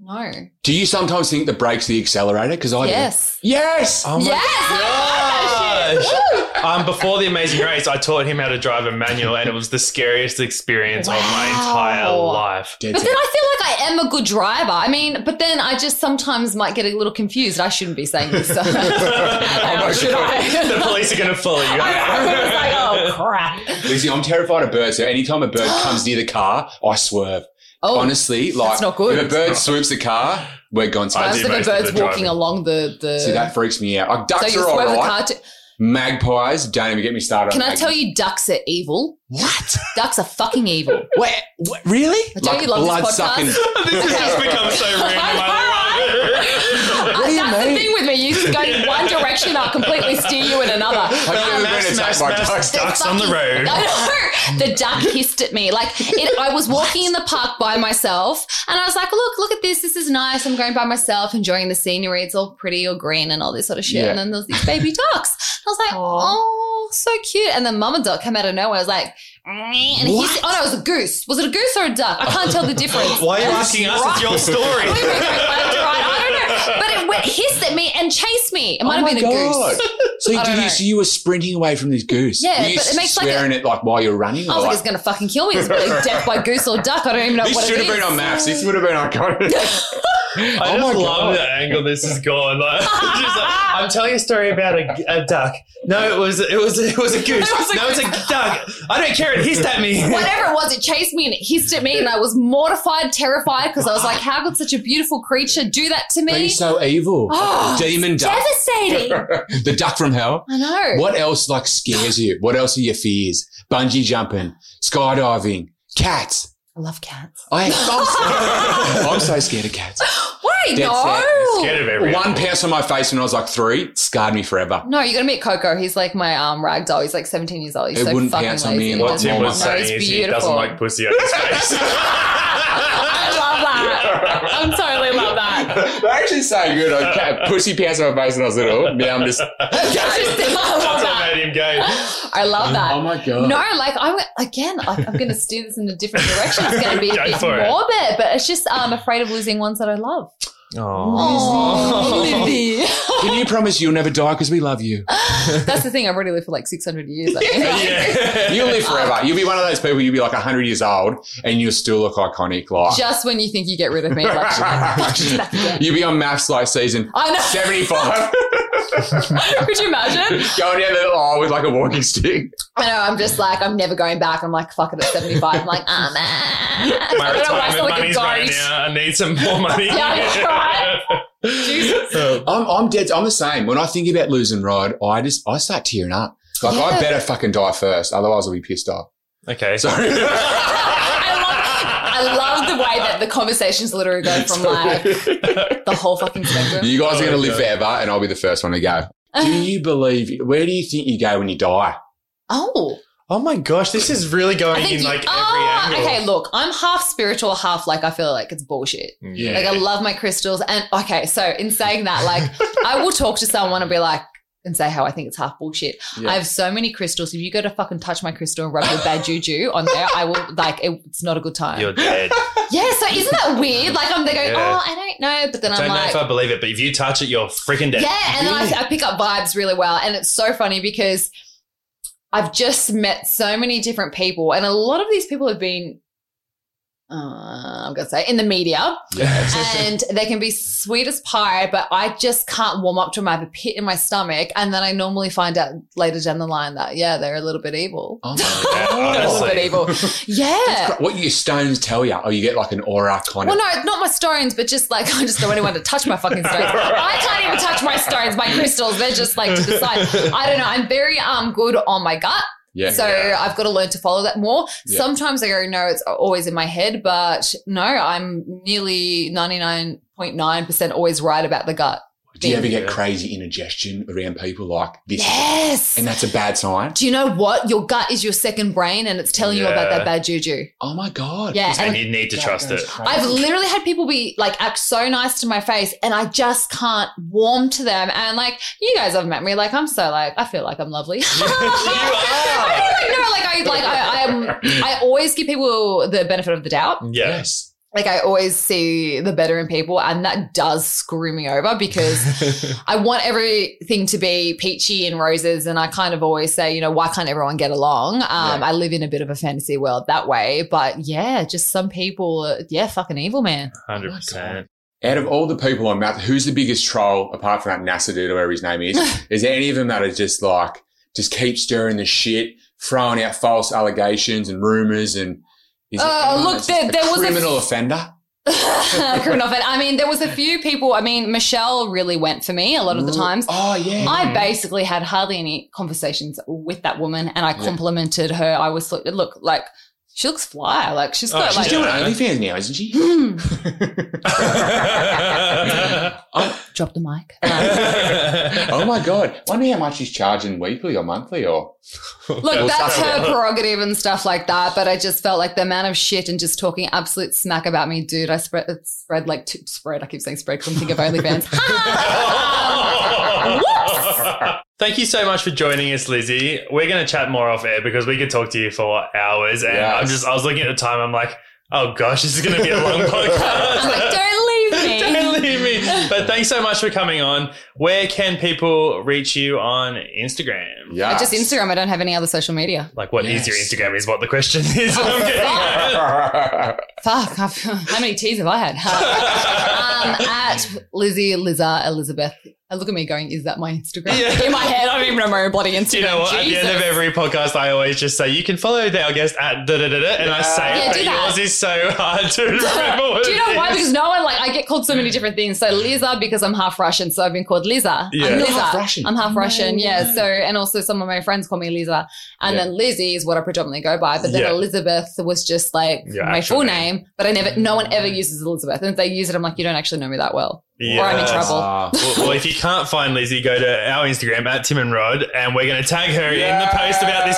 Speaker 5: No.
Speaker 6: Do you sometimes think the brake's the accelerator? Because I
Speaker 5: Yes.
Speaker 6: do. Yes.
Speaker 9: Oh
Speaker 5: Yes. I love that shit.
Speaker 9: gosh. Um, before the Amazing Race, I taught him how to drive a manual, and it was the scariest experience of my entire
Speaker 5: Wow.
Speaker 9: life.
Speaker 6: Dead
Speaker 5: But
Speaker 6: set.
Speaker 5: then I feel like I am a good driver. I mean, but then I just sometimes might get a little confused. I shouldn't be saying this. So. should
Speaker 9: the
Speaker 5: I?
Speaker 9: police are going to follow you.
Speaker 5: I was like, oh crap!
Speaker 6: Lizzie, I'm terrified of birds. So anytime a bird comes near the car, I swerve.
Speaker 5: Oh,
Speaker 6: Honestly, like
Speaker 5: that's not good.
Speaker 6: if a bird swoops the car, we're gone.
Speaker 9: I
Speaker 5: I
Speaker 6: So
Speaker 9: do
Speaker 5: was like
Speaker 9: most
Speaker 5: Oh, the
Speaker 9: of
Speaker 5: birds
Speaker 9: the
Speaker 5: walking
Speaker 9: driving.
Speaker 5: along the the.
Speaker 6: See, that freaks me out. Like
Speaker 5: so
Speaker 6: ducks
Speaker 5: you
Speaker 6: are all
Speaker 5: swerve the
Speaker 6: right.
Speaker 5: car. To,
Speaker 6: Magpies, don't even get me started.
Speaker 5: can
Speaker 6: on
Speaker 5: I tell
Speaker 6: magpies.
Speaker 5: you, ducks are evil. What? Ducks are fucking evil.
Speaker 6: Wait, what, really?
Speaker 5: Don't you love this podcast?
Speaker 9: this has just become so random. I love it.
Speaker 5: Uh,
Speaker 6: do you
Speaker 5: that's
Speaker 6: mean?
Speaker 5: the thing with me. You just go in one direction, I'll completely steer you in another. Um,
Speaker 6: Have you ever
Speaker 9: Mass,
Speaker 6: been attacked
Speaker 9: mass,
Speaker 6: by
Speaker 9: mass.
Speaker 6: ducks?
Speaker 9: Ducks on the road.
Speaker 5: I know. The duck hissed at me. Like it, I was walking in the park by myself, and I was like, "Look, look at this. This is nice. I'm going by myself, enjoying the scenery. It's all pretty or green and all this sort of shit."
Speaker 6: Yeah.
Speaker 5: And then there was these baby ducks. I was like, "Oh, so cute!" And then mama duck came out of nowhere. I was like. "Meh," And he hissed- oh no, it was a goose. Was it a goose or a duck? I can't tell the difference.
Speaker 9: Why are you
Speaker 5: And
Speaker 9: asking us? It's
Speaker 5: right-
Speaker 9: your
Speaker 5: Wait, wait, wait,
Speaker 9: story.
Speaker 5: left or right, I don't know. But it went, hissed at me and chased me. It might
Speaker 6: oh
Speaker 5: have been
Speaker 6: my
Speaker 5: a
Speaker 6: God.
Speaker 5: goose.
Speaker 6: So
Speaker 5: I
Speaker 6: did
Speaker 5: don't
Speaker 6: you,
Speaker 5: know.
Speaker 6: so you were sprinting away from this goose?
Speaker 5: Yeah,
Speaker 6: Were you
Speaker 5: but it makes like a-
Speaker 6: swearing it like while you're running.
Speaker 5: I was
Speaker 6: or
Speaker 5: like,
Speaker 6: like-
Speaker 5: it's going to fucking kill me. It's probably death by goose or duck. I don't even know
Speaker 6: This
Speaker 5: what it
Speaker 6: should
Speaker 5: is.
Speaker 6: have been on maps. This would have been on code.
Speaker 9: I
Speaker 6: Oh
Speaker 9: just
Speaker 6: my
Speaker 9: love
Speaker 6: God.
Speaker 9: the angle this is going. Like, just like, I'm telling a story about a, a duck. No, it was it was it was a goose.
Speaker 5: It was a
Speaker 9: no, it's a duck. I don't care. It hissed at me.
Speaker 5: Whatever it was, it chased me and it hissed at me, and I was mortified, terrified, because I was like, "How could such a beautiful creature do that to
Speaker 6: Be
Speaker 5: me?"
Speaker 6: so evil.
Speaker 5: Oh,
Speaker 6: Demon duck.
Speaker 5: Devastating.
Speaker 6: the duck from hell.
Speaker 5: I know.
Speaker 6: What else like scares you? What else are your fears? Bungee jumping, skydiving, cats.
Speaker 5: I love cats.
Speaker 6: I, am so, I'm so scared of cats.
Speaker 5: Wait,
Speaker 6: Dead
Speaker 5: no.
Speaker 9: Scared of everyone.
Speaker 6: One pounce on my face when I was like three scarred me forever.
Speaker 5: No, you're gonna meet Coco. He's like my um, rag doll. He's like 17 years old. He's
Speaker 6: It
Speaker 5: so
Speaker 6: wouldn't
Speaker 5: fucking
Speaker 6: pounce on
Speaker 5: lazy.
Speaker 6: me in
Speaker 9: What
Speaker 6: What
Speaker 9: Tim
Speaker 6: Tim
Speaker 9: was
Speaker 6: was
Speaker 5: No, he's
Speaker 9: saying is he
Speaker 5: beautiful.
Speaker 9: doesn't like pussy on his face.
Speaker 5: I love that. I totally love that.
Speaker 6: They're actually so good. I kept pussy pants on my face when I was little. Now I'm just.
Speaker 5: I just- I love
Speaker 9: That's
Speaker 5: that.
Speaker 9: what made him gay.
Speaker 5: I love that.
Speaker 6: Oh my God.
Speaker 5: No, like I'm again, like I'm going to steer this in a different direction. It's going to be a
Speaker 9: Go
Speaker 5: bit
Speaker 9: for it.
Speaker 5: morbid, but it's just I'm afraid of losing ones that I love.
Speaker 9: Aw.
Speaker 6: Can you promise you'll never die because we love you?
Speaker 5: That's the thing. I've already lived for like 600 years. I think.
Speaker 9: Yeah.
Speaker 6: You'll live forever. You'll be one of those people. You'll be like hundred years old and you'll still look iconic. Like
Speaker 5: Just when you think you get rid of me, like, she's back again.
Speaker 6: you'll be on maths like season
Speaker 5: I know.
Speaker 6: seventy-five,
Speaker 5: Could you imagine?
Speaker 6: going down the aisle with like a walking stick.
Speaker 5: I know. I'm just like I'm never going back. I'm like fuck it. At 75, I'm like ah man.
Speaker 9: My
Speaker 5: I don't know why I sound
Speaker 9: retirement
Speaker 5: like a
Speaker 9: money's running
Speaker 5: goat.
Speaker 9: out. I need some more money.
Speaker 5: Yeah, that's right.
Speaker 6: I'm, I'm dead. I'm the same. When I think about losing Rod, I just I start tearing up. Like I
Speaker 5: Yeah.
Speaker 6: better fucking die first, otherwise I'll be pissed off.
Speaker 9: Okay.
Speaker 6: Sorry.
Speaker 5: I love, I love the way that the conversations literally go from like the whole fucking spectrum.
Speaker 6: You guys are going to
Speaker 9: Oh,
Speaker 6: live
Speaker 9: okay.
Speaker 6: forever, and I'll be the first one to go.
Speaker 5: Uh-huh.
Speaker 6: Do you believe? Where do you think you go when you die?
Speaker 5: Oh.
Speaker 9: Oh my gosh, this is really going in like
Speaker 5: Ah,
Speaker 9: every angle.
Speaker 5: Okay, look, I'm half spiritual, half like I feel like it's bullshit.
Speaker 9: Yeah.
Speaker 5: Like I love my crystals, and okay, so in saying that, like I will talk to someone and be like, and say how I think it's half bullshit.
Speaker 6: Yeah.
Speaker 5: I have so many crystals. If you go to fucking touch my crystal and rub your bad juju on there, I will like it, it's not a good time.
Speaker 9: You're dead.
Speaker 5: yeah, so isn't that weird? Like I'm there going,
Speaker 9: Yeah.
Speaker 5: oh, I don't know, but then
Speaker 9: Don't
Speaker 5: I'm
Speaker 9: know
Speaker 5: like,
Speaker 9: if I believe it, but if you touch it, you're freaking dead.
Speaker 5: yeah, and then I, I pick up vibes really well. And it's so funny because I've just met so many different people, and a lot of these people have been, uh, I'm going to say, in the media, and they can be sweet as pie, but I just can't warm up to them. I have a pit in my stomach. And then I normally find out later down the line that, yeah, they're a little bit evil.
Speaker 6: Oh
Speaker 5: They're a little bit
Speaker 9: honestly.
Speaker 5: evil. Yeah.
Speaker 6: What do your stones tell you? Oh, you get like an aura kind
Speaker 5: Well,
Speaker 6: of.
Speaker 5: no, not my stones, but just like I just don't want anyone to touch my fucking stones. I can't even touch my stones, my crystals. They're just like to the side. I don't know. I'm very um good on my gut,
Speaker 6: Yeah.
Speaker 5: so I've got to learn to follow that more.
Speaker 6: Yeah.
Speaker 5: Sometimes I go, no, it's always in my head, but no, I'm nearly ninety nine point nine percent always right about the gut.
Speaker 6: do you ever get crazy indigestion around people like this?
Speaker 5: Yes.
Speaker 6: And that's a bad sign.
Speaker 5: Do you know what? Your gut is your second brain, and it's telling you about
Speaker 9: Yeah.
Speaker 5: that bad juju.
Speaker 6: Oh my God.
Speaker 5: Yeah,
Speaker 9: And you need to
Speaker 6: That
Speaker 9: trust
Speaker 6: goes
Speaker 9: it.
Speaker 6: crazy.
Speaker 5: I've literally had people be like act so nice to my face and I just can't warm to them. And like, you guys have met me. Like, I'm so like, I feel like I'm lovely. I don't even know. Like, I, like, I, I'm, I always give people the benefit of the doubt.
Speaker 9: Yes.
Speaker 5: Like, I always see the better in people. And that does screw me over because I want everything to be peachy and roses. And I kind of always say, you know, why can't everyone get along? Um, I live in a bit of a fantasy world that way. But yeah, just some people, are, yeah, fucking evil, man.
Speaker 9: 100%.
Speaker 6: Out of all the people on Math, who's the biggest troll apart from that NASA dude or whatever his name is? is there any of them that are just like, just keep stirring the shit, throwing out false allegations and rumors and. is there
Speaker 5: Uh,
Speaker 6: anyone
Speaker 5: look,
Speaker 6: that's
Speaker 5: there-
Speaker 6: just a
Speaker 5: there was a-
Speaker 6: criminal offender.
Speaker 5: criminal offense. I mean, there was a few people. I mean, Michelle really went for me a lot of the times.
Speaker 6: Oh yeah.
Speaker 5: I basically had hardly any conversations with that woman, and I complimented her. I was like, look, like she looks fly, like she's
Speaker 9: Oh,
Speaker 5: got
Speaker 9: she's
Speaker 5: like.
Speaker 6: She's doing OnlyFans now, isn't she?
Speaker 5: Drop the mic.
Speaker 6: oh my god! Wonder how much he's charging weekly or monthly or.
Speaker 5: Look, that's
Speaker 6: stuff.
Speaker 5: her prerogative and stuff like that. But I just felt like the amount of shit and just talking absolute smack about me, dude. I spread it spread like two, spread. I keep saying spread because I'm thinking of OnlyFans.
Speaker 9: Thank you so much for joining us, Lizzie. We're going to chat more off air because we could talk to you for hours. And
Speaker 6: Yes.
Speaker 9: I'm just, I was looking at the time. I'm like, oh gosh, this is going to be a long podcast.
Speaker 5: I'm like, don't leave me.
Speaker 9: Don't leave me. But thanks so much for coming on. Where can people reach you on Instagram?
Speaker 6: Yeah.
Speaker 5: I just Instagram. I don't have any other social media.
Speaker 9: Like, what
Speaker 6: Yes.
Speaker 9: is your Instagram? Is what the question is. I'm getting at.
Speaker 5: Fuck. I've, how many teas have I had? um, at Lizzie Lizza Elizabeth. I look at me going, is that my Instagram?
Speaker 9: Yeah.
Speaker 5: In my head, I don't even know my own bloody Instagram.
Speaker 9: You know what? At the end of
Speaker 5: Jesus.
Speaker 9: every podcast, I always just say, you can follow our guest at da da da da. And I say
Speaker 5: Yeah,
Speaker 9: it,
Speaker 5: do
Speaker 9: but
Speaker 5: that.
Speaker 9: yours is so hard to remember. What
Speaker 5: Do you know
Speaker 9: it
Speaker 5: why?
Speaker 9: is.
Speaker 5: Because no one like I get called so many different things. So Liza because I'm half Russian, so I've been called Liza.
Speaker 9: Yeah.
Speaker 5: I'm
Speaker 9: You're
Speaker 5: Liza.
Speaker 6: half Russian?
Speaker 5: I'm half Russian. Yeah. So and also some of my friends call me Liza, and
Speaker 6: Yeah.
Speaker 5: then Lizzie is what I predominantly go by. But then
Speaker 9: Yeah.
Speaker 5: Elizabeth was just like
Speaker 9: Your
Speaker 5: my
Speaker 9: actual
Speaker 5: full
Speaker 9: name.
Speaker 5: name. But I never. No one ever uses Elizabeth, and if they use it, I'm like, you don't actually know me that well,
Speaker 9: Yes.
Speaker 5: or I'm in trouble.
Speaker 9: well, well, if you can't find Lizzie, go to our Instagram at Tim and Rod, and we're going to tag her in the post about this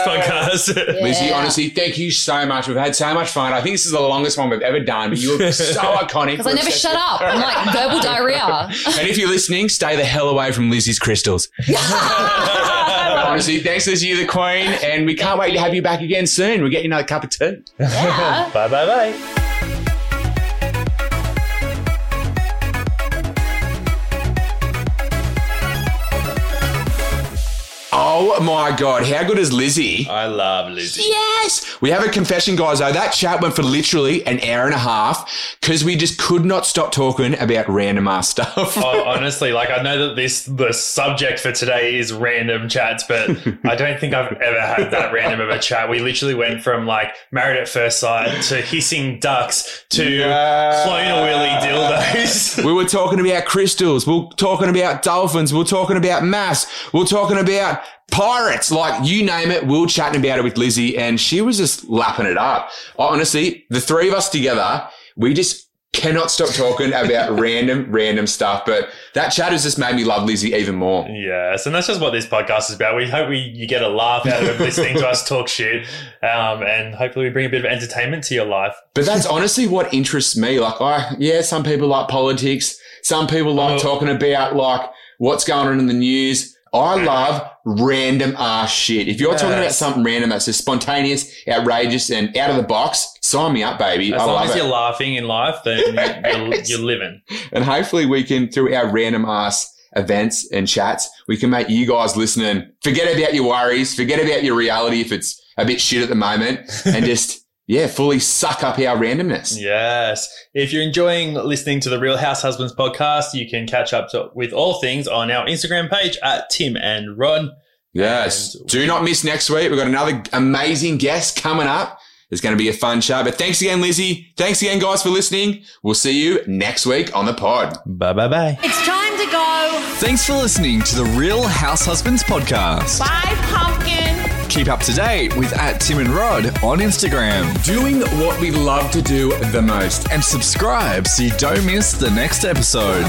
Speaker 9: podcast.
Speaker 6: Lizzie,
Speaker 5: Yeah.
Speaker 6: honestly, thank you so much. We've had so much fun. I think this is the longest one we've ever done, but you're so iconic.
Speaker 5: Because I never shut up. I'm like verbal diarrhea.
Speaker 6: And if you're listening, stay the hell away from Lizzie's crystals.
Speaker 5: Oh,
Speaker 6: Honestly, thanks, Lizzie, you're the queen, and we can't wait to have you back again soon. We'll get you another cup of tea.
Speaker 5: Yeah.
Speaker 9: bye bye bye.
Speaker 6: Oh my god, how good is Lizzie?
Speaker 9: I love Lizzie.
Speaker 6: Yes! We have a confession, guys, though. That chat went for literally an hour and a half because we just could not stop talking about random ass stuff.
Speaker 9: Oh, honestly, like I know that this the subject for today is random chats, but I don't think I've ever had that random of a chat. We literally went from like married at first sight to hissing ducks to
Speaker 6: Yeah.
Speaker 9: clone a willy dildos.
Speaker 6: We were talking about crystals. We are talking about dolphins. We are talking about mass. We are talking about pirates. Like you name it, we were chatting about it with Lizzie, and she was just lapping it up. I- Honestly, the three of us together, we just cannot stop talking about random, random stuff. But that chat has just made me love Lizzie even more.
Speaker 9: Yes, and that's just what this podcast is about. We hope we you get a laugh out of listening to us talk shit, um, and hopefully we bring a bit of entertainment to your life.
Speaker 6: But that's honestly what interests me. Like, I yeah, some people like politics. Some people like
Speaker 9: Oh.
Speaker 6: talking about like what's going on in the news. I love random ass shit. If you're talking about
Speaker 9: Yes.
Speaker 6: something random that's just spontaneous, outrageous, and out of the box, sign me up, baby.
Speaker 9: As
Speaker 6: I
Speaker 9: long
Speaker 6: love
Speaker 9: as
Speaker 6: it.
Speaker 9: you're laughing in life, then you're,
Speaker 6: Yes.
Speaker 9: you're living.
Speaker 6: And hopefully we can, through our random ass events and chats, we can make you guys listening forget about your worries, forget about your reality if it's a bit shit at the moment, and just, yeah, fully suck up our randomness.
Speaker 9: Yes. If you're enjoying listening to the Real House Husbands podcast, you can catch up to, with all things on our Instagram page at Tim and Ron.
Speaker 6: Yes.
Speaker 9: And-
Speaker 6: Do not miss next week. We've got another amazing guest coming up. It's going to be a fun show. But thanks again, Lizzie. Thanks again, guys, for listening. We'll see you next week on the pod.
Speaker 9: Bye bye bye.
Speaker 11: It's time to go.
Speaker 3: Thanks for listening to the Real House Husbands podcast.
Speaker 11: Bye, pumpkin.
Speaker 3: Keep up to date with at Tim and Rod on Instagram.
Speaker 6: Doing what we love to do the most.
Speaker 3: And subscribe so you don't miss the next episode.